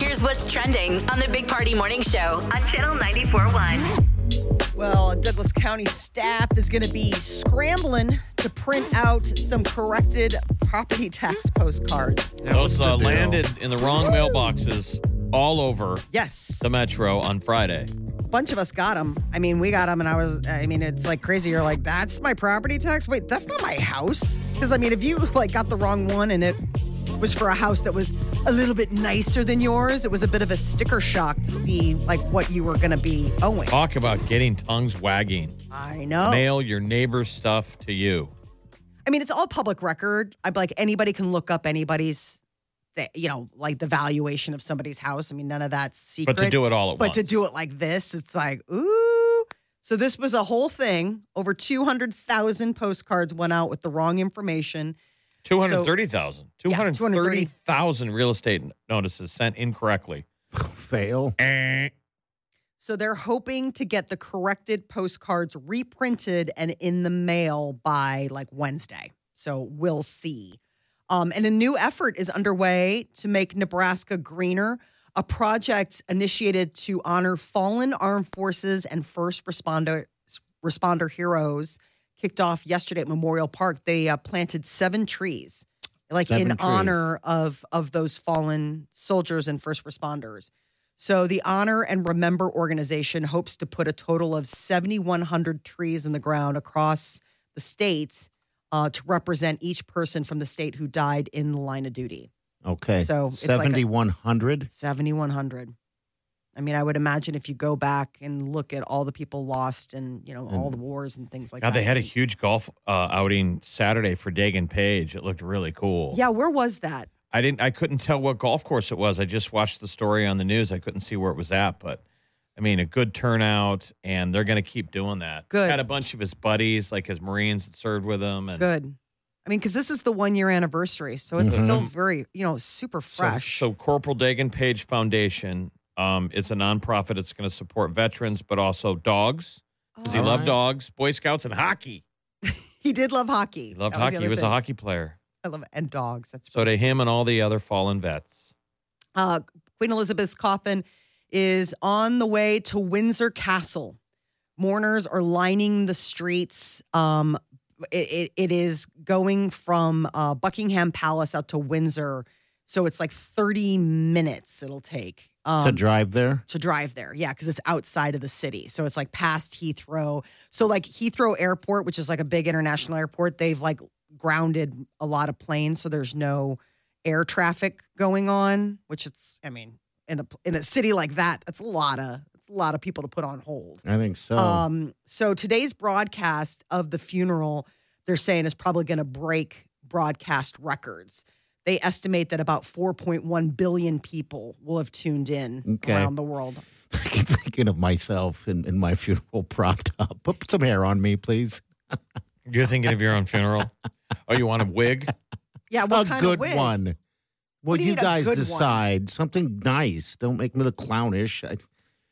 Here's what's trending on the Big Party Morning Show on Channel 94.1. Well, a Douglas County staff is going to be scrambling to print out some corrected property tax postcards. Those uh, landed in the wrong mailboxes all over Yes, the metro on Friday. a bunch of us got them. I mean, we got them, and I was, I mean, it's like crazy. You're like, that's my property tax? Wait, that's not my house. Because, I mean, if you like got the wrong one and it was for a house that was a little bit nicer than yours, it was a bit of a sticker shock to see like what you were going to be owing. Talk about getting tongues wagging. I know. Mail your neighbor's stuff to you. I mean, it's all public record. I'm like anybody can look up anybody's, th- you know, like the valuation of somebody's house. I mean, none of that's secret. But to do it all at But once. to do it like this, it's like ooh. So this was a whole thing. Over two hundred thousand postcards went out with the wrong information. 230,000. Yeah, 230,000 real estate notices sent incorrectly. Fail. Eh. So they're hoping to get the corrected postcards reprinted and in the mail by like Wednesday. So we'll see. Um, and a new effort is underway to make Nebraska greener, a project initiated to honor fallen armed forces and first responder responder heroes. Kicked off yesterday at Memorial Park. They uh, planted seven trees, like Seven in trees. honor of of those fallen soldiers and first responders. So, the Honor and Remember organization hopes to put a total of 7,100 trees in the ground across the states uh, to represent each person from the state who died in the line of duty. Okay. So, it's like a- 7,100. 7,100. I mean, I would imagine if you go back and look at all the people lost and, you know, all the wars and things like God, that. they had a huge golf uh, outing Saturday for Dagan Page. It looked really cool. Yeah, where was that? I didn't. I couldn't tell what golf course it was. I just watched the story on the news. I couldn't see where it was at, but I mean, a good turnout, and they're going to keep doing that. Good. Had a bunch of his buddies, like his Marines, that served with him, and Good. I mean, because this is the one year anniversary. So, it's still very, you know, super Mm-hmm. so- fresh. So, Corporal Dagan Page Foundation um, is a nonprofit. It's going to support veterans, but also dogs. Does he All love right. dogs, Boy Scouts, and hockey? Oh. he did love hockey. He loved That hockey. the he other was thing. a hockey player. I love And dogs. That's So to him and all the other fallen vets. Uh, Queen Elizabeth's coffin is on the way to Windsor Castle. Mourners are lining the streets. Um, it, it, it is going from uh, Buckingham Palace out to Windsor. So it's like 30 minutes it'll take. Um, to drive there. to drive there. Yeah, because it's outside of the city. So it's like past Heathrow. So like Heathrow Airport, which is like a big international airport, they've like grounded a lot of planes, so there's no air traffic going on. Which it's, I mean, in a in a city like that, that's a lot of that's a lot of people to put on hold. I think so. Um, so today's broadcast of the funeral, they're saying is probably going to break broadcast records. They estimate that about 4.1 billion people will have tuned in Okay. around the world. I keep thinking of myself in, in my funeral propped up. Put some hair on me, please. You're thinking of your own funeral? Oh, you want a wig? Yeah, what a kind good of wig? one. Well, do you you, mean a guys good one? decide something nice. Don't make me look clownish. I,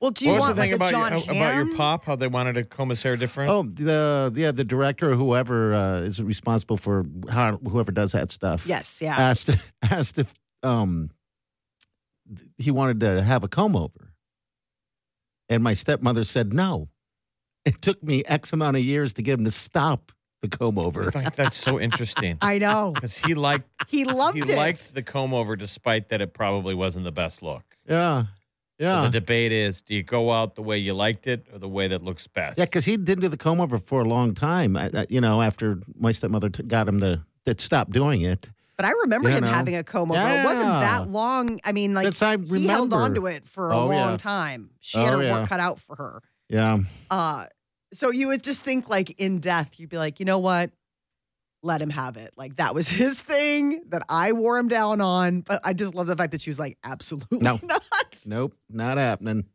Well, do you what was want the thing like a about John your, uh, about your Hamm? pop? How they wanted to comb his hair different? oh, the yeah, the director or whoever uh, is responsible for how, whoever does that stuff. Yes, yeah. asked asked if um th- he wanted to have a comb over, and my stepmother said no. It took me X amount of years to get him to stop the comb I over. think that's so interesting I know. because he liked He loved he it. liked the comb over despite that it probably wasn't the best look. Yeah, So yeah, the debate is: do you go out the way you liked it or the way that looks best? yeah. Because he didn't do the comb over for a long time. I, I, you know, after my stepmother t- got him to that stopped doing it. but I remember You him know. having a comb over. It wasn't Yeah. that long. I mean, like That's I he held remember. on to it for a Oh, long yeah. time. She had Oh, her yeah. work cut out for her. Yeah, Uh, so you would just think like in death, you'd be like, you know what? Let him have it. Like that was his thing that I wore him down on. But I just love the fact that she was like, absolutely No. not. Yes. Nope, not happening.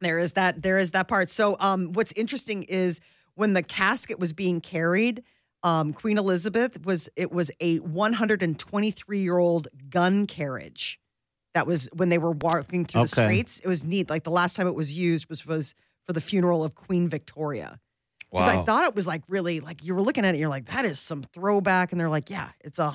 There is that. There is that part. So, um, what's interesting is when the casket was being carried, um, Queen Elizabeth was. It was a 123 year old gun carriage. That was when they were walking through the Okay. streets. It was neat. Like the last time it was used was was for the funeral of Queen Victoria. Because I thought it was like really like you were looking at it, you're like that is some throwback, and they're like, yeah, it's a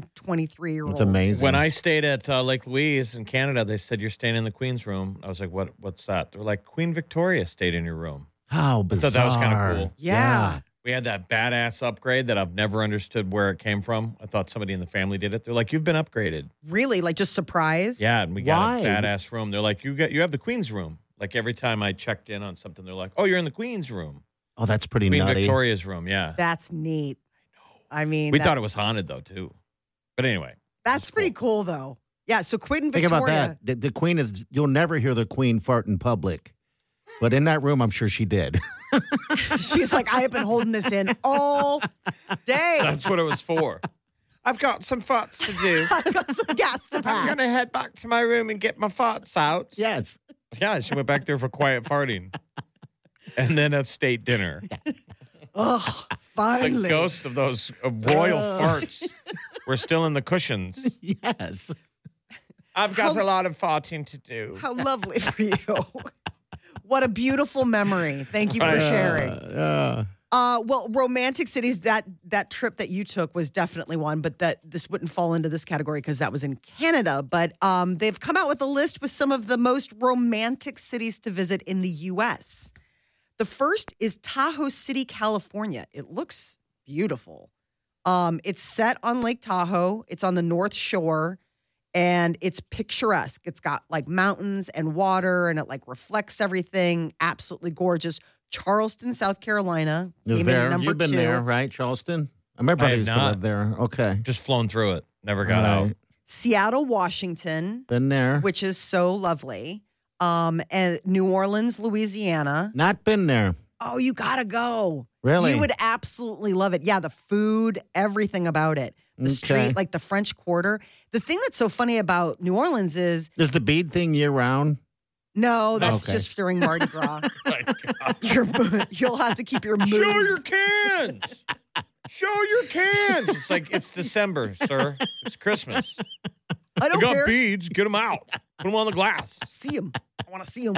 123 year old. It's amazing. When I stayed at uh, Lake Louise in Canada, they said you're staying in the Queen's room. I was like, "What? What's that?" They're like, "Queen Victoria stayed in your room." how I bizarre. thought that was kinda cool. Yeah. We had that badass upgrade that I've never understood where it came from. I thought somebody in the family did it. They're like, "You've been upgraded." Really, like just surprise. Yeah, and we got Why? a badass room. They're like, "You got you have the Queen's room." Like every time I checked in on something, they're like, "Oh, you're in the Queen's room, Oh, that's pretty Queen nutty. Victoria's room." Yeah, That's neat. I mean, we that- thought it was haunted though too. But anyway, that's pretty cool. though. Yeah. So Quentin Think Victoria. about that. The, the queen is. You'll never hear the queen fart in public, but in that room, I'm sure she did. She's like, I have been holding this in all day. that's what it was for. I've got some thoughts to do. I've got some gas to pass. I'm gonna head back to my room and get my farts out. yes. yeah. She went back there for quiet farting, and then a state dinner. Ugh, The finally. ghosts of those uh, royal Ugh. farts were still in the cushions. Yes. I've got a lot of farting to do. How lovely for you. what a beautiful memory. Thank you for Right. sharing. Uh, Uh, well, romantic cities. That that trip that you took was definitely one, but that this wouldn't fall into this category because that was in Canada. But um, they've come out with a list with some of the most romantic cities to visit in the U.S. The first is Tahoe City, California. It looks beautiful. Um, it's set on Lake Tahoe. It's on the North Shore, and it's picturesque. It's got like mountains and water, and it like reflects everything. Absolutely gorgeous. Charleston, South Carolina. is came in there? number You've been two. there, right, Charleston? My brother have used to not. live there. Okay. Just flown through it. Never got All out. right. Seattle, Washington, Been there. which is so lovely. Um, and New Orleans, Louisiana. Not been there. Oh, you gotta go. Really? You would absolutely love it. Yeah, the food, everything about it. The Okay. street, like the French Quarter. The thing that's so funny about New Orleans is Is the bead thing year round? no, that's Okay. just during Mardi Gras. My God. Your, mo- you'll have to keep your moves. Show your cans. Show your cans. It's like it's December, sir. It's Christmas. I You don't got care. beads. Get them out. Put them on the glass. See him. I want to see him.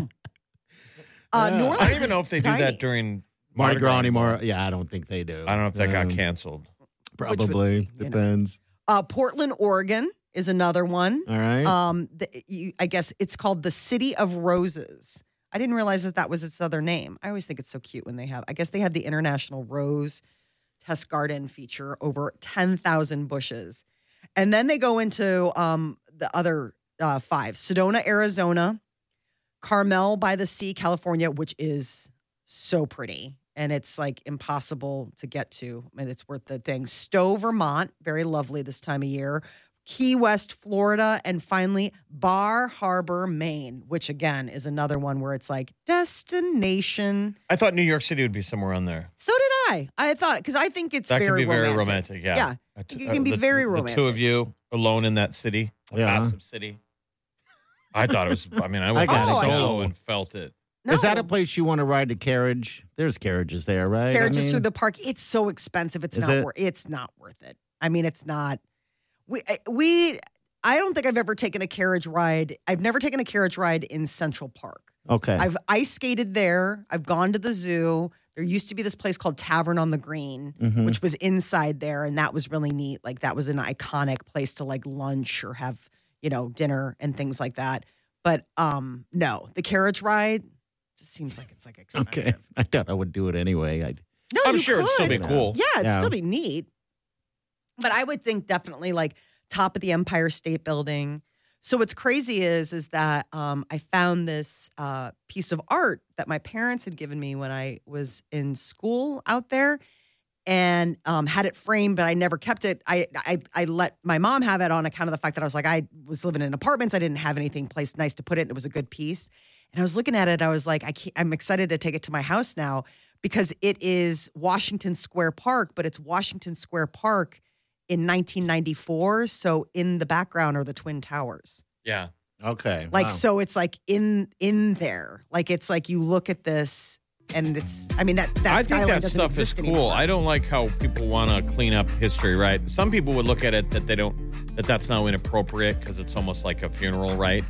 Uh, New Yeah. I Orleans I don't even is know if they tiny. do that during Mardi Gras anymore? Yeah, I don't think they do. I don't know if that got Um, canceled. would Probably be, you know. depends. Uh, Portland, Oregon is another one. All right. Um, the, you, I guess it's called the City of Roses. I didn't realize that that was its other name. I always think it's so cute when they have. I guess they have the International Rose Test Garden feature over ten thousand bushes, and then they go into um, the other uh, five: Sedona, Arizona, Carmel by the Sea, California, which is so pretty and it's like impossible to get to, and it's worth the thing. Stowe, Vermont, very lovely this time of year. Key West, Florida, and finally Bar Harbor, Maine, which again is another one where it's like destination. I thought New York City would be somewhere on there. So did I. I thought because I think it's That could very be very romantic. romantic. Yeah. Yeah. I think t- it can uh, be the- very The two romantic. of you alone in that city, a Yeah. massive city. I thought it was. I mean, I went I I gotta solo go. and felt it. Is that No. a place you want to ride a carriage? There's carriages there, right? I Carriages through mean, the park. It's so expensive. It's Is not. it? Wor- it's not worth it. I mean, it's not. We I- we. I don't think I've ever taken a carriage ride. I've never taken a carriage ride in Central Park. Okay. I've ice skated there. I've gone to the zoo. There used to be this place called Tavern on the Green, Mhm. which was inside there, and that was really neat. Like that was an iconic place to like lunch or have you know dinner and things like that. But um no, the carriage ride just seems like it's like expensive. okay. I thought I would do it anyway. I, No, Oh, I'm you sure it'd still could. be Yeah. cool. Yeah, it'd Yeah. still be neat. But I would think definitely like top of the Empire State Building. So what's crazy is is that um, I found this uh, piece of art that my parents had given me when I was in school out there, and um, had it framed, but I never kept it. I, I I let my mom have it on account of the fact that I was like I was living in apartments, I didn't have anything place nice to put it. And it was a good piece, and I was looking at it. I was like, I can't, I'm excited to take it to my house now because it is Washington Square Park, but it's Washington Square Park in 1994. So in the background are the Twin Towers. Yeah. Okay. Like wow. so it's like in in there. Like it's like you look at this and it's I mean that that I think skyline that doesn't stuff is exist cool. anymore. I don't like how people want to clean up history, right? Some people would look at it that they don't, that that's now inappropriate because it's almost like a funeral, right?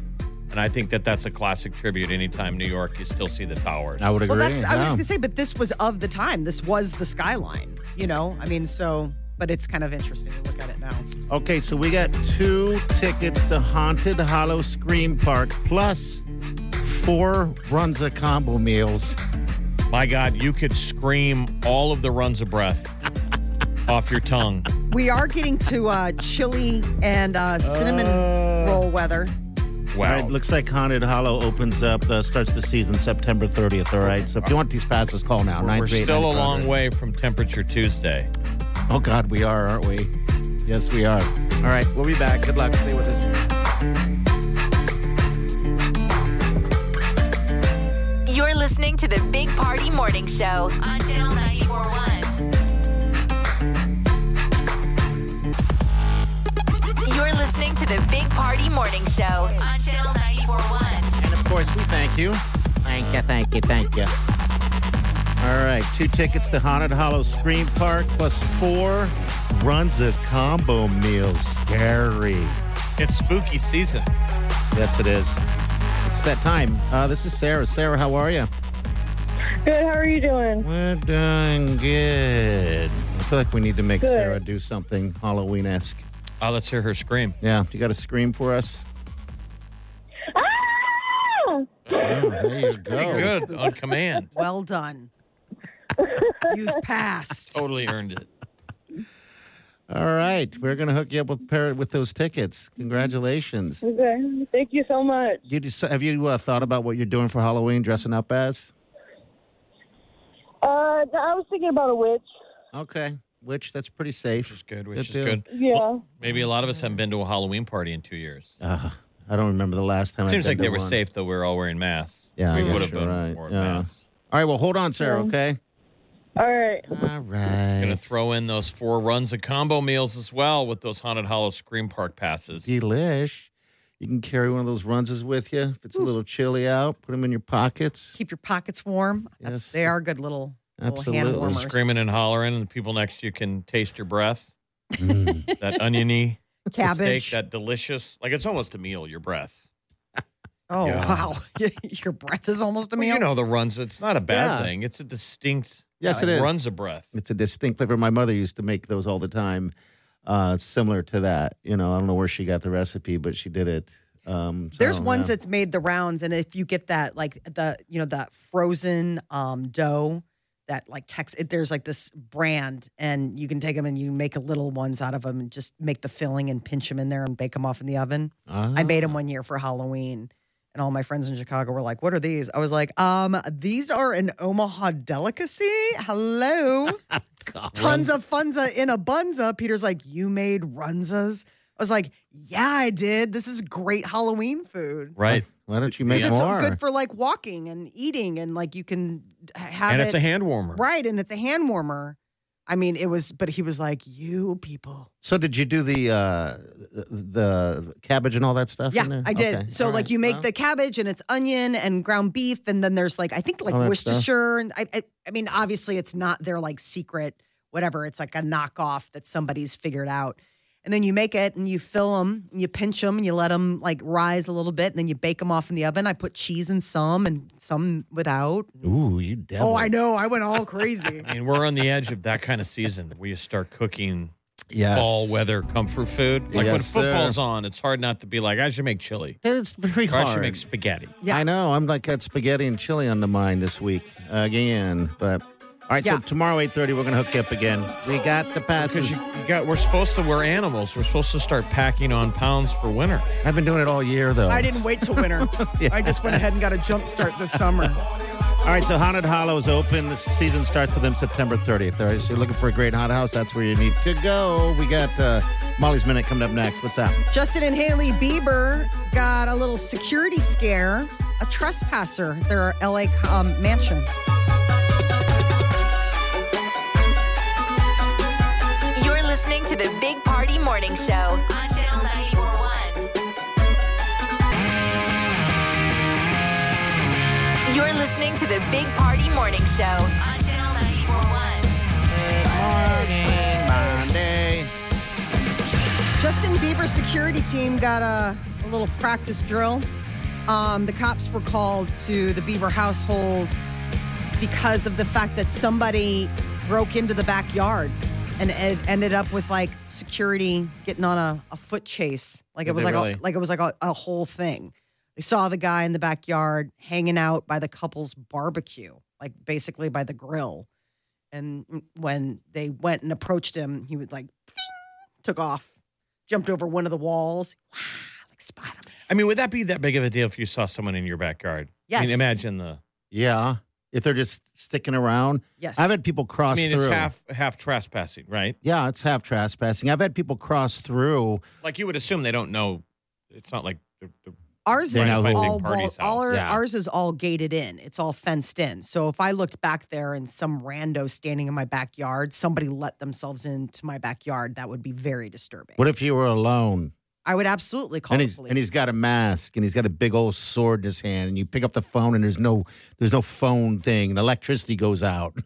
And I think that that's a classic tribute. Anytime New York, you still see the towers. I would agree. Well, that's I was yeah. just gonna say, but this was of the time. This was the skyline, you know. I mean, so but it's kind of interesting to look at it now. Okay, so we got two tickets to Haunted Hollow Scream Park plus four Runza combo meals. My God, you could scream all of the runs of breath off your tongue. We are getting to uh, chili and uh, cinnamon roll weather. Wow. All right, looks like Haunted Hollow opens up, uh, starts the season September 30th. All right, so if you want these passes, call now. we're, we're 938-9500. still a long way from Temperature Tuesday. Oh, God, we are, aren't we? Yes, we are. All right, we'll be back. Good luck. Stay with us. You're listening to the Big Party Morning Show on Channel 941. You're listening to the Big Party Morning Show on Channel 941. And of course, we thank you. Thank you, thank you, thank you. All right, two tickets to Haunted Hollow Scream Park plus four runs of combo meals. Scary. It's spooky season. Yes, it is. It's that time. Uh, this is Sarah. Sarah, how are you? Good. How are you doing? We're doing good. I feel like we need to make Good. Sarah do something Halloween esque. Oh, let's hear her scream. Yeah, you got to scream for us. Ah! Yeah, Oh, there you go. Good on command. Well done. You've passed. Totally earned it. All right, we're gonna hook you up with pair with those tickets. Congratulations. Okay. Thank you so much. You just, have you uh, thought about what you're doing for Halloween, dressing up as? Uh, I was thinking about a witch. Okay, which that's pretty safe. Which is good, which is deal. good. Yeah. Maybe a lot of us haven't been to a Halloween party in two years. Uh, I don't remember the last time. I've Seems been like to they were one. safe though. We were all wearing masks. Yeah, I we guess would have you're been right. wearing Yeah. masks. All right, well, hold on, Sarah. Okay. All right. All Gonna right. throw in those four runs of combo meals as well with those haunted hollow scream park passes. Delish. You can carry one of those runzas with you if it's a little chilly out. Put them in your pockets. Keep your pockets warm. That's, Yes. They are good little, little hand Absolutely. warmers. Screaming and hollering, and the people next to you can taste your breath. Mm. that oniony Cabbage. steak, that delicious, like it's almost a meal. Your breath. oh, Yeah. wow. your breath is almost a Well, meal. you know the runs. It's not a bad Yeah. thing. It's a distinct. uh, Yes, it is. Runs of breath. It's a distinct flavor. My mother used to make those all the time. Uh, similar to that, you know, I don't know where she got the recipe, but she did it. Um, so, There's ones yeah. that's made the rounds, and if you get that, like the you know that frozen um, dough, that like Tex, it, there's like this brand, and you can take them and you make little ones out of them, and just make the filling and pinch them in there and bake them off in the oven. Ah. Mm-hmm. I made them one year for Halloween, and all my friends in Chicago were like, "What are these?" I was like, "Um, these are an Omaha delicacy. Hello, Ah, tons of funza in a bunza." Peter's like, "You made runzas." I was like, "Yeah, I did. This is great Halloween food." Right. Why don't you make Because it's so more? good for like walking and eating, and like you can h- have and it it's a hand warmer. right, and it's a hand warmer. I mean, it was, but he was like, "You people." So did you do the uh, the cabbage and all that stuff? in Yeah, there? I did. Okay. So All like right. you make Well, the cabbage and it's onion and ground beef, and then there's like I think like All that stuff. Worcestershire, and I, I I mean obviously it's not their like secret whatever. It's like a knockoff that somebody's figured out. And then you make it and you fill them, and you pinch them, and you let them like rise a little bit, and then you bake them off in the oven. I put cheese in some and some without. Ooh, you devil! Oh, I know, I went all crazy. I mean, we're on the edge of that kind of season where you start cooking Yes. fall weather comfort food. Like when Yes, sir. football's on, it's hard not to be like, I should make chili. It's very Or I should hard. make spaghetti. Yeah. I know. I'm like got spaghetti and chili on the mind this week again. But all right, Yeah. so tomorrow eight thirty we're gonna hook you up again. We got the Because passes. Oh, you, you got, we're supposed to, we're animals. We're supposed to start packing on pounds for winter. I've been doing it all year though. I didn't wait till winter. I just went ahead and got a jump start this summer. All right, so Haunted Hollow is open. The season starts for them September 30th. All right, so you're looking for a great haunted house, that's where you need to go. We got uh, Molly's Minute coming up next. What's up? Justin and Haley Bieber got a little security scare. A trespasser at their LA um, mansion. You're listening to the Big Party Morning Show on Channel 941. listening to the Big Party Morning Show on Channel 941. Morning, Monday. Justin Bieber's security team got a, a little practice drill. Um, the cops were called to the Bieber household because of the fact that somebody broke into the backyard and it ended up with like security getting on a, a foot chase. Like it Did was they like really? a, like it was like a, a whole thing. They saw the guy in the backyard hanging out by the couple's barbecue, like basically by the grill. And when they went and approached him, he would like took off, jumped over one of the walls. Wow, like Spider Man. I mean, would that be that big of a deal if you saw someone in your backyard? I Yes. mean, imagine the. Yeah. If they're just sticking around. Yes. I've had people I cross mean, through. it's half half trespassing, right? yeah, it's half trespassing. I've had people cross through. Like you would assume they don't know. It's not like they're, they're Ours They is know who- all, Big wall, parties out. all our- Yeah. ours is all gated in. It's all fenced in. So if I looked back there and some rando standing in my backyard, somebody let themselves into my backyard, that would be very disturbing. What if you were alone I would absolutely call and the he's police. and he's got a mask and he's got a big old sword in his hand and you pick up the phone and there's no there's no phone thing and electricity goes out.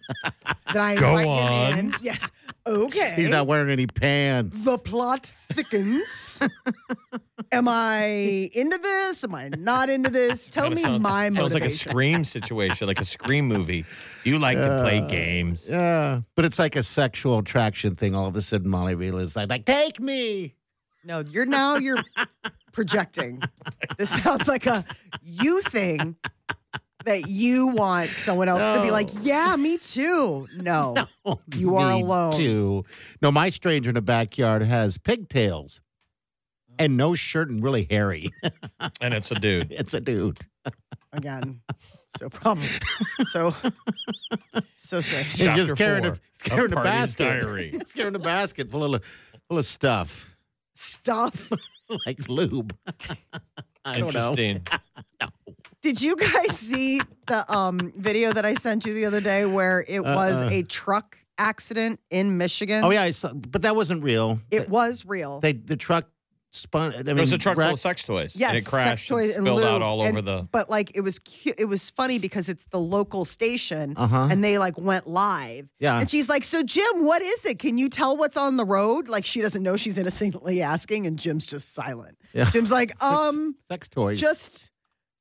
Did I Go invite him in? on. Yes. Okay. He's not wearing any pants. Eh? The plot thickens. Am I into this? Am I not into this? Tell kinda me sounds, my sounds like a motivation. scream situation, like a scream movie. You like to play games. yeah, but it's like a sexual attraction thing. All of a sudden, Molly Wheeler is like, like "Take me." No, you're now you're projecting. This sounds like a you thing that you want someone else to be No. like, yeah, me too. No. You are Oh, Me alone. Too. No, my stranger in the backyard has pigtails and no shirt and really hairy. And it's a dude. it's a dude. Again. So problem. So so strange. He's Chapter just carrying a, four, he's carrying a, Party's basket. Diary. He's carrying a basket full of full of stuff Stuff. like lube. I don't know. Interesting. Did you guys see the um video that I sent you the other day where it was Uh-uh. a truck accident in Michigan? Oh yeah, I saw, but that wasn't real. It was real. They the truck spun. I mean, It was a truck full wrecked- of sex toys. Yes, and it crashed. sex toys and spilled out lube. all And- over the. But like it was cute. It was funny because it's the local station, Uh-huh. and they like went live. Yeah. And she's like, "So Jim, what is it? Can you tell what's on the road?" Like she doesn't know. She's innocently asking, and Jim's just silent. Yeah. Jim's like, "Um, sex toys. just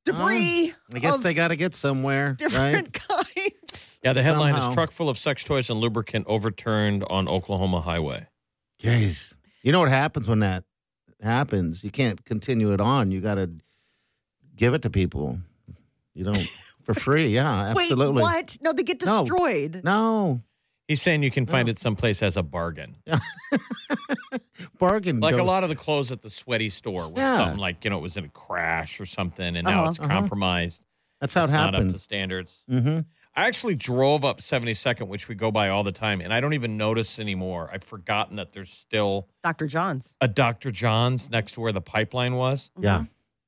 debris." Um, I guess of they got to get somewhere, right? different kinds. Yeah, the headline Somehow. is truck full of sex toys and lubricant overturned on Oklahoma highway. Jeez, you know what happens when that happens? You can't continue it on. You got to give it to people. You don't for free. Yeah, Wait, absolutely. what? No, they get No. destroyed. No He's saying you can find Oh. it someplace as a bargain. bargain. Like a goes- lot of the clothes at the sweaty store was Yeah. something like, you know, it was in a crash or something and now Uh-huh, it's uh-huh. compromised. That's how it it's not up to happens. standards. Mm-hmm. I actually drove up 72nd, which we go by all the time, and I don't even notice anymore. I've forgotten that there's still Dr. Johns. a Dr. John's next to where the pipeline was. Mm-hmm. Yeah,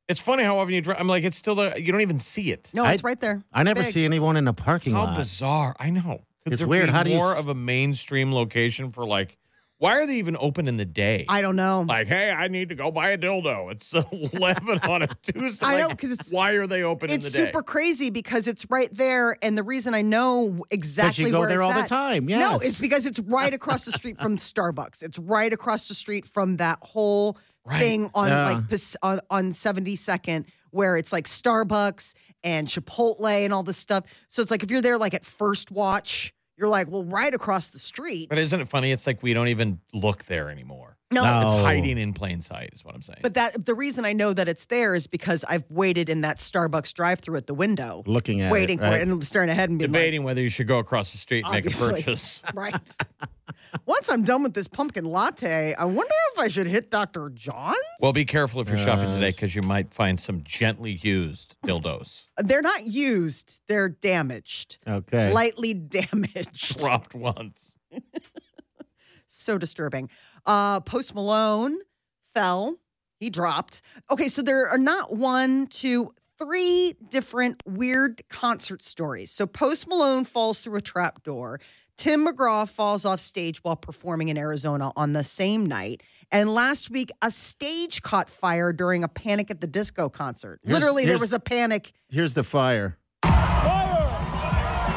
It's funny how often you drive. I'm like, it's still there. You don't even see it. No, I- it's right there. I never Big. see anyone in a parking How lot. bizarre. I know. Could It's there weird. Be How do you more s- of a mainstream location for like, why are they even open in the day? I don't know. like, hey, I need to go buy a dildo. It's 11 on a Tuesday. I know, Like, 'cause it's- why are they open it's in the day? super crazy because it's right there, and the reason I know exactly go where there it's all the at- time, no, yes. it's because it's right across the street from Starbucks. It's right across the street from that whole Right. thing on Yeah. like Pas- on on seventy second, where it's like Starbucks and Chipotle and all this stuff. So it's like if you're there like at first watch, you're like, well, right across the street. But isn't it funny? It's like we don't even look there anymore. no, No. It's Oh. hiding in plain sight, is what I'm saying. But that the reason I know that it's there is because I've waited in that Starbucks drive-through at the window, Looking at it, waiting for right? it and staring ahead and being like, Debating whether you should go across the street and make a Obviously. purchase. Right. Once I'm done with this pumpkin latte, I wonder if I should hit Dr. John's. Well, be careful if you're shopping Yes. today because you might find some gently used dildos They're not used, they're damaged, Okay. lightly damaged. dropped once. So disturbing. Uh, Post Malone fell, he dropped. Okay, so there are not one, two, three different weird concert stories. So Post Malone falls through a trap door. Tim McGraw falls off stage while performing in Arizona on the same night. And last week, a stage caught fire during a Panic at the Disco concert. Here's- Literally, there here's- was a panic. Here's the fire. Fire!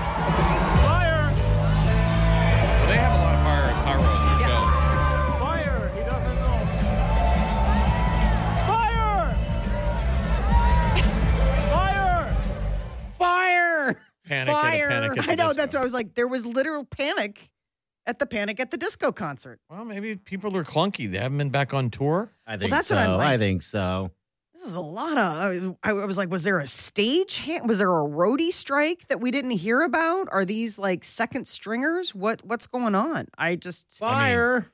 fire. Panic at a panic. At the I know. disco. That's why I was like, there was literal panic at the Panic at the Disco concert. Well, maybe people are clunky. They haven't been back on tour. I think that's so. what I'm like. I think so. This is a lot of. I, I was like, was there a stage hand? Was there a roadie strike that we didn't hear about? Are these like second stringers? What What's going on? I just. Fire.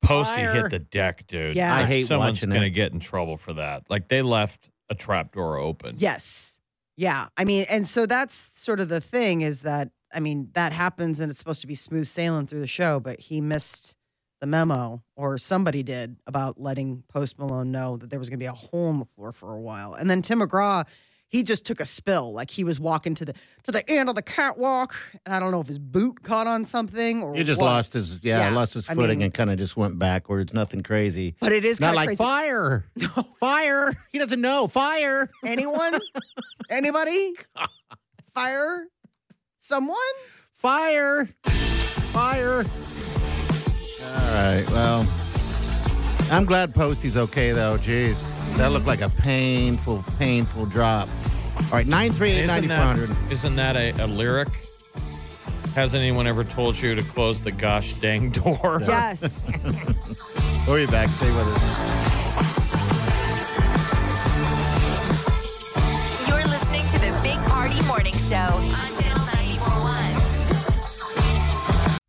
Posty Fire. hit the deck, dude. Yeah. I hate Someone's watching it. gonna get in trouble for that. Like they left a trap door open. Yes. Yeah. I mean, and so that's sort of the thing is that, I mean, that happens and it's supposed to be smooth sailing through the show, but he missed the memo or somebody did about letting Post Malone know that there was going to be a hole in the floor for a while. And then Tim McGraw, he just took a spill. Like he was walking to the to the end of the catwalk. And I don't know if his boot caught on something or He just what. lost his yeah, Yeah, lost his I footing mean- and kind of just went backwards. Nothing crazy. But it is Not kind of like crazy. fire. Fire. He doesn't know. Fire. Anyone? Anybody? Fire? Someone? Fire. Fire. All right. Well, I'm glad Posty's okay though. Jeez, that looked like a painful, painful drop. All right, nine three eight ninety Isn't four hundred. that, isn't that a, a lyric? Has anyone ever told you to close the gosh dang door? Yes. We'll be back. Stay with us. You're listening to the Big Party Morning Show on Channel 941.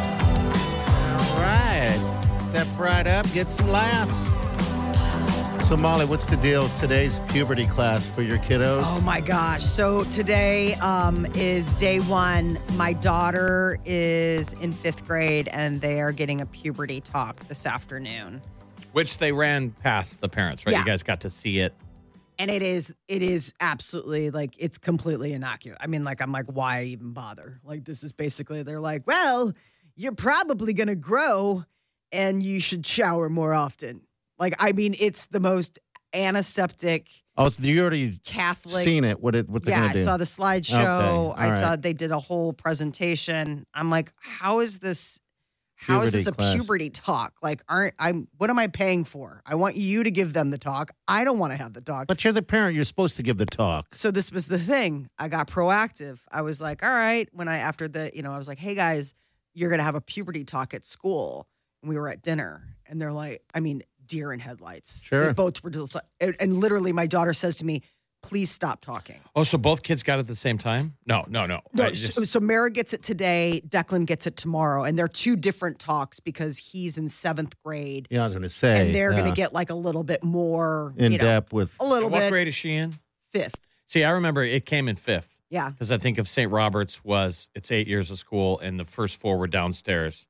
All right, step right up. Get some laughs. So Molly, what's the deal? Today's puberty class for your kiddos. Oh my gosh. So today um, is day one. My daughter is in fifth grade and they are getting a puberty talk this afternoon. Which they ran past the parents, right? Yeah. You guys got to see it. And it is, it is absolutely like, it's completely innocuous. I mean, like, I'm like, why even bother? Like, this is basically, they're like, well, you're probably going to grow and you should shower more often. Like, I mean, it's the most antiseptic Oh, so you already Catholic. seen it. What it? What they're yeah, gonna I do? saw the slideshow. Okay, I all saw right. they did a whole presentation. I'm like, how is this? How is Puberty this a class. puberty talk? Like, aren't I'm? What am I paying for? I want you to give them the talk. I don't want to have the talk. But you're the parent. You're supposed to give the talk. so this was the thing. I got proactive. I was like, all right. When I after the, you know, I was like, hey guys, you're gonna have a puberty talk at school. And we were at dinner, and they're like, I mean, deer in headlights. Sure. They both were just, and, and literally, my daughter says to me, please stop talking. Oh, so both kids got it at the same time? No, no, no. No, I just- so, so Mara gets it today. Declan gets it tomorrow, and they're two different talks because he's in seventh grade, Yeah, I was gonna say. and they're going yeah. to get like a little bit more in you know, depth with. a little what bit grade is she in? fifth. See, I remember it came in fifth Yeah, because I think of St. Robert's was it's eight years of school, and the first four were downstairs,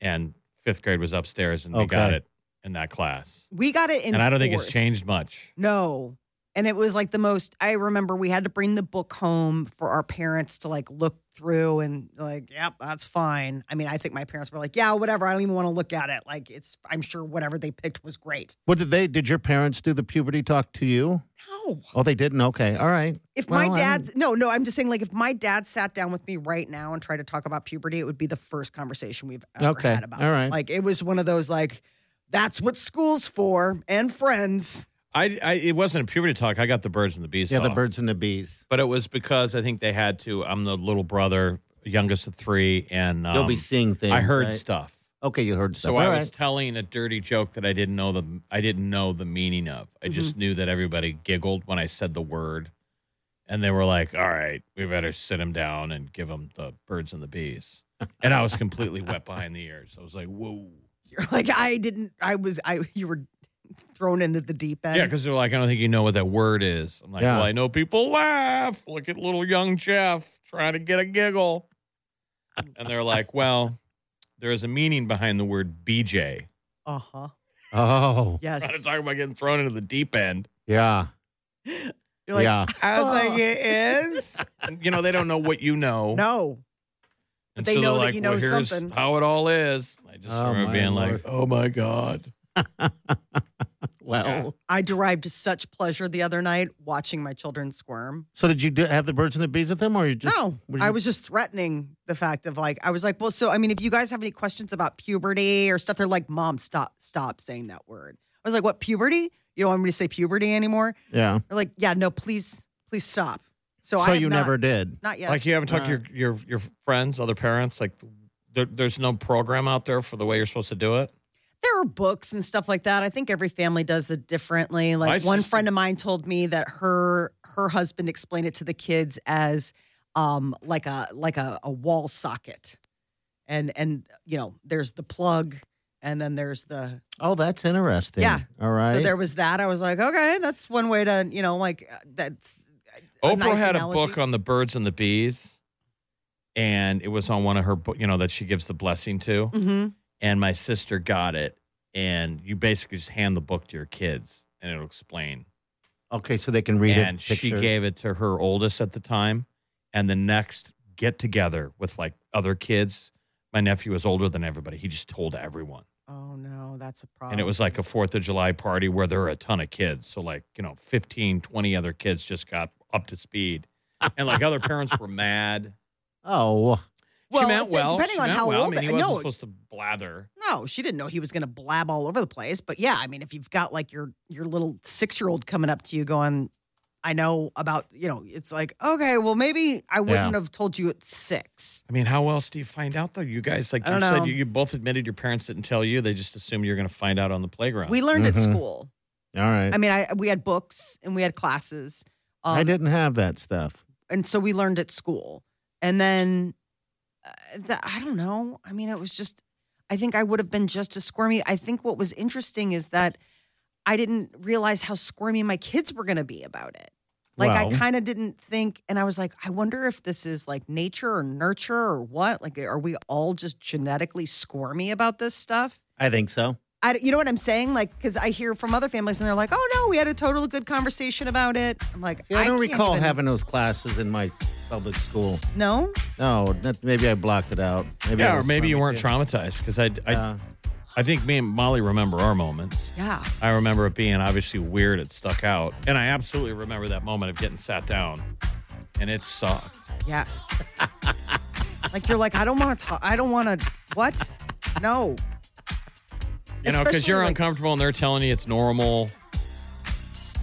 and fifth grade was upstairs, and we got Okay. it in that class. we got it in. and I don't think it's fourth. changed much. No, and it was like the most. I remember we had to bring the book home for our parents to like look through and like, yep, that's fine. I mean, I think my parents were like, yeah, whatever. I don't even want to look at it. Like, it's. I'm sure whatever they picked was great. What did they? Did your parents do the puberty talk to you? No. Oh, they didn't. Okay, all right. If Well, my I dad, no, no, I'm just saying, like, if my dad sat down with me right now and tried to talk about puberty, it would be the first conversation we've ever Okay, had about all it. right. Like, it was one of those, like, that's what school's for and friends. I, I it wasn't a puberty talk. I got the birds and the bees. Yeah, the talk. birds and the bees. But it was because I think they had to. I'm the little brother, youngest of three, and um, You'll be seeing things. I heard right? stuff. Okay, you heard stuff. So I All was right. telling a dirty joke that I didn't Mm-hmm. know the I didn't know the meaning of. I just knew that everybody giggled when I said the word, and they were like, "All right, we better sit him down and give him the birds and the bees." And I was completely wet behind the ears. I was like, "Whoa." You're like, I didn't, I was, I, you were thrown into the deep end. Yeah, because they're like, I don't think you know what that word is. I'm like, Yeah. well, I know people laugh. Look at little young Jeff trying to get a giggle. And they're like, well, there is a meaning behind the word BJ. Uh huh. Oh, I'm Yes. talking about getting thrown into the deep end. yeah. You're like, yeah. I was Ugh. like, it is. You know, they don't know what you know. no. and but they so they're know that like, you know well, here's something." how it all is. I just Oh, remember my being like, Lord. oh my God. Well, Yeah. I derived such pleasure the other night watching my children squirm. so did you do, have the birds and the bees with him, or you just? no, were I you- was just threatening the fact of like, I was like, well, so, I mean, if you guys have any questions about puberty or stuff, they're like, mom, stop, stop saying that word. I was like, what, puberty? You don't want me to say puberty anymore? Yeah. They're like, yeah, no, please, please stop. So, So, I have you not- never did. Not yet. Like you haven't talked to your, your, your friends, other parents? Like there, there's no program out there for the way you're supposed to do it? there are books and stuff like that. I think every family does it differently. Like My one sister- friend of mine told me that her her husband explained it to the kids as um like a like a, a wall socket. And and you know, there's the plug and then there's the Oh, that's interesting. Yeah. All right. so there was that. I was like, okay, that's one way to, you know, like uh, that's a Oprah nice had analogy. a book on the birds and the bees, and it was on one of her, bo- you know, that she gives the blessing to. Mhm. And my sister got it, and you basically just hand the book to your kids, and it'll explain. okay, so they can read it. and she picture- gave it to her oldest at the time, and the next get together with like other kids. My nephew was older than everybody. He just told everyone. Oh no, that's a problem. And it was like a 4th of July party where there were a ton of kids. So, like, you know, 15, 20 other kids just got up to speed. And like other parents were mad. Oh, she Well, meant d- well. depending She on meant how well. old I mean, he they- wasn't no. supposed to blather. No, she didn't know he was going to blab all over the place. But yeah, I mean, if you've got like your your little six year old coming up to you going, "I know about," you know, it's like, okay, well, maybe I wouldn't have told you at six. I mean, how else do you find out though? You guys, like I you don't said, know. you, you both admitted your parents didn't tell you. They just assumed you're going to find out on the playground. We learned at Mhm. school. all right. I mean, I we had books and we had classes. Um, I didn't have that stuff. and so we learned at school. And then, uh, the, I don't know. I mean, it was just. I think I would have been just as squirmy. I think what was interesting is that I didn't realize how squirmy my kids were going to be about it. Like I Well- kind of didn't think, and I was like, I wonder if this is like nature or nurture or what. Like, are we all just genetically squirmy about this stuff? I think so. I, you know what I'm saying? Like, because I hear from other families and they're like, "Oh no, we had a total good conversation about it." I'm like, See, I don't can't recall even- having those classes in my public school. no. No, that, maybe I blocked it out. Maybe I yeah, or was maybe you smarmy weren't kid. traumatized because I, I, Yeah. I think me and Molly remember our moments. Yeah. I remember it being obviously weird. It stuck out, and I absolutely remember that moment of getting sat down, and it sucked. Yes. like you're like, I don't want to talk. I don't want to. What? No. You know, because Especially, you're like- uncomfortable and they're telling you it's normal.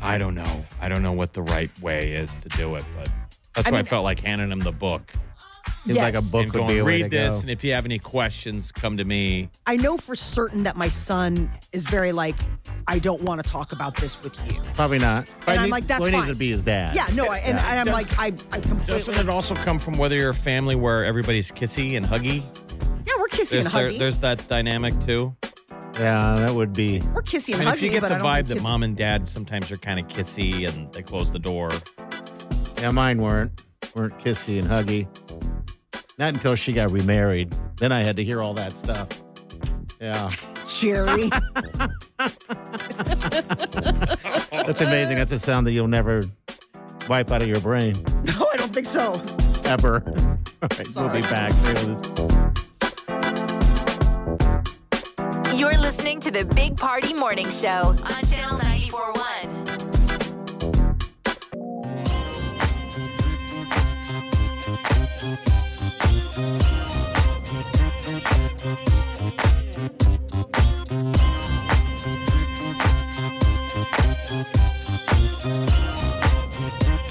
I don't know. I don't know what the right way is to do it, but that's I why I mean- felt like handing him the book. Seems like a Yes. book and would going, be a way read to this, go. and if you have any questions, come to me. I know for certain that my son is very like, I don't want to talk about this with you. Probably not. I I'm need- like, that's well, he needs fine. to be his dad. Yeah. No. I, and, Yeah. and I'm like, I, I completely. Doesn't it also come from whether you're a family where everybody's kissy and huggy? Yeah, we're kissy There's, and there- huggy. there's that dynamic too. Yeah, that would be. we're kissy I and mean, huggy. if you get but the I don't think vibe that kids- mom and dad sometimes are kind of kissy and they close the door. Yeah, mine weren't. Weren't kissy and huggy. Not until she got remarried. Then I had to hear all that stuff. Yeah. Jerry. That's amazing. That's a sound that you'll never wipe out of your brain, no, I don't think so. ever. All right, we'll be Sorry. back. You're listening to the Big Party Morning Show on Channel 941.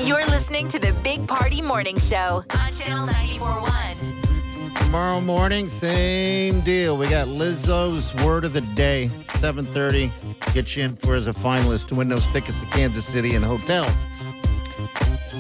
You're listening to the Big Party Morning Show on Channel 941. Tomorrow morning, same deal. We got Lizzo's word of the day, 7:30. Get you in for as a finalist to win those tickets to Kansas City and hotel.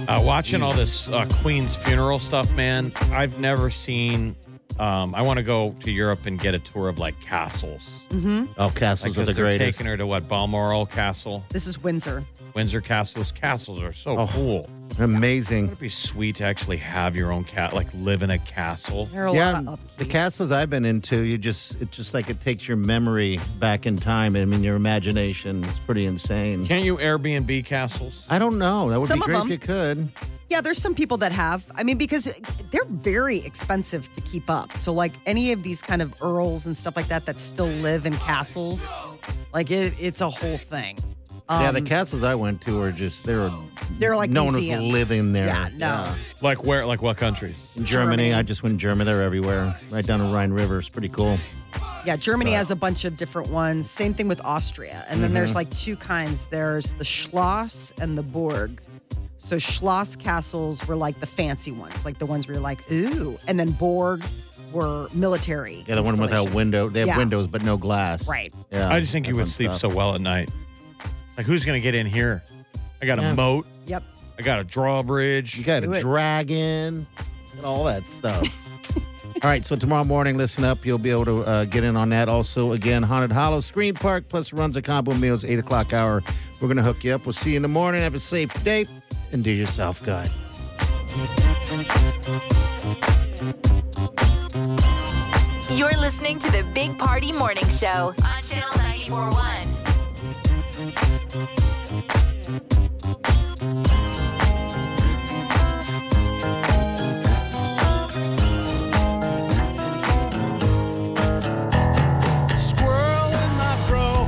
Uh, watching all this uh, Queen's funeral stuff, man, I've never seen. Um, I want to go to Europe and get a tour of like castles. Mm-hmm. Oh, castles Like, are the 'cause they're greatest. taking her to what Balmoral Castle, This is Windsor. Windsor Castle. Those castles are so Oh. cool. Amazing. Wouldn't it be sweet to actually have your own cat, like live in a castle? There are a yeah, lot of upkeep. the castles I've been into, you just it's just like it takes your memory back in time. I mean, your imagination is pretty insane. Can't you Airbnb castles? I don't know. That would Some be of great if them. you could. Yeah, there's some people that have. I mean, because they're very expensive to keep up. So, like any of these kind of earls and stuff like that that still live in castles, like it, it's a whole thing. yeah, Um, the castles I went to are just they were They're like no one museums. was living there. Yeah, no. Like where? Like what countries? In Germany, Germany. I just went to Germany. They're everywhere, right down the Rhine River. It's pretty cool. Yeah, Germany has a bunch of different ones. Same thing with Austria. And then there's like Mm-hmm. two kinds there's the Schloss and the Burg. So Schloss castles were like the fancy ones, like the ones where you're like, ooh. And then Borg were military. Yeah, the one without installations. window. They have Yeah. windows but no glass. Right. Yeah. I just think you that would fun sleep stuff. so well at night. Like who's gonna get in here? I got Yeah. a moat. Yep. I got a drawbridge. You got Do a it. dragon and all that stuff. all right, so tomorrow morning, listen up. You'll be able to uh, get in on that. Also, again, Haunted Hollow Screen Park plus runs a combo meals, 8 o'clock hour. We're going to hook you up. We'll see you in the morning. Have a safe day and do yourself good. You're listening to the Big Party Morning Show on Channel 941. Squirrel in my fro.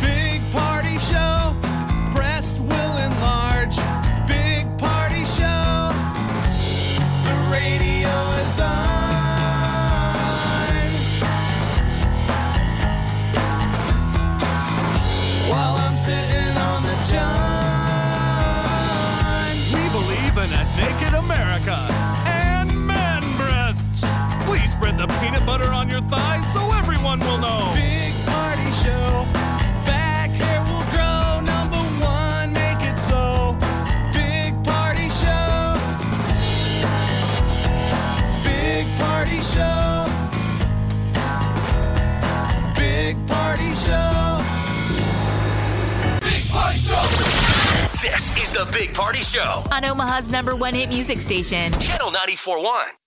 Big party show. Breast will enlarge. Big party show. The radio is on. While I'm sitting on the john. We believe in a naked America and man breasts. Please spread the peanut butter on your thighs so everyone will know. Big party show. Back hair will grow. Number one, make it so. Big party show. Big party show. Big party show. This is the Big Party Show, On Omaha's number one hit music station. Channel 941.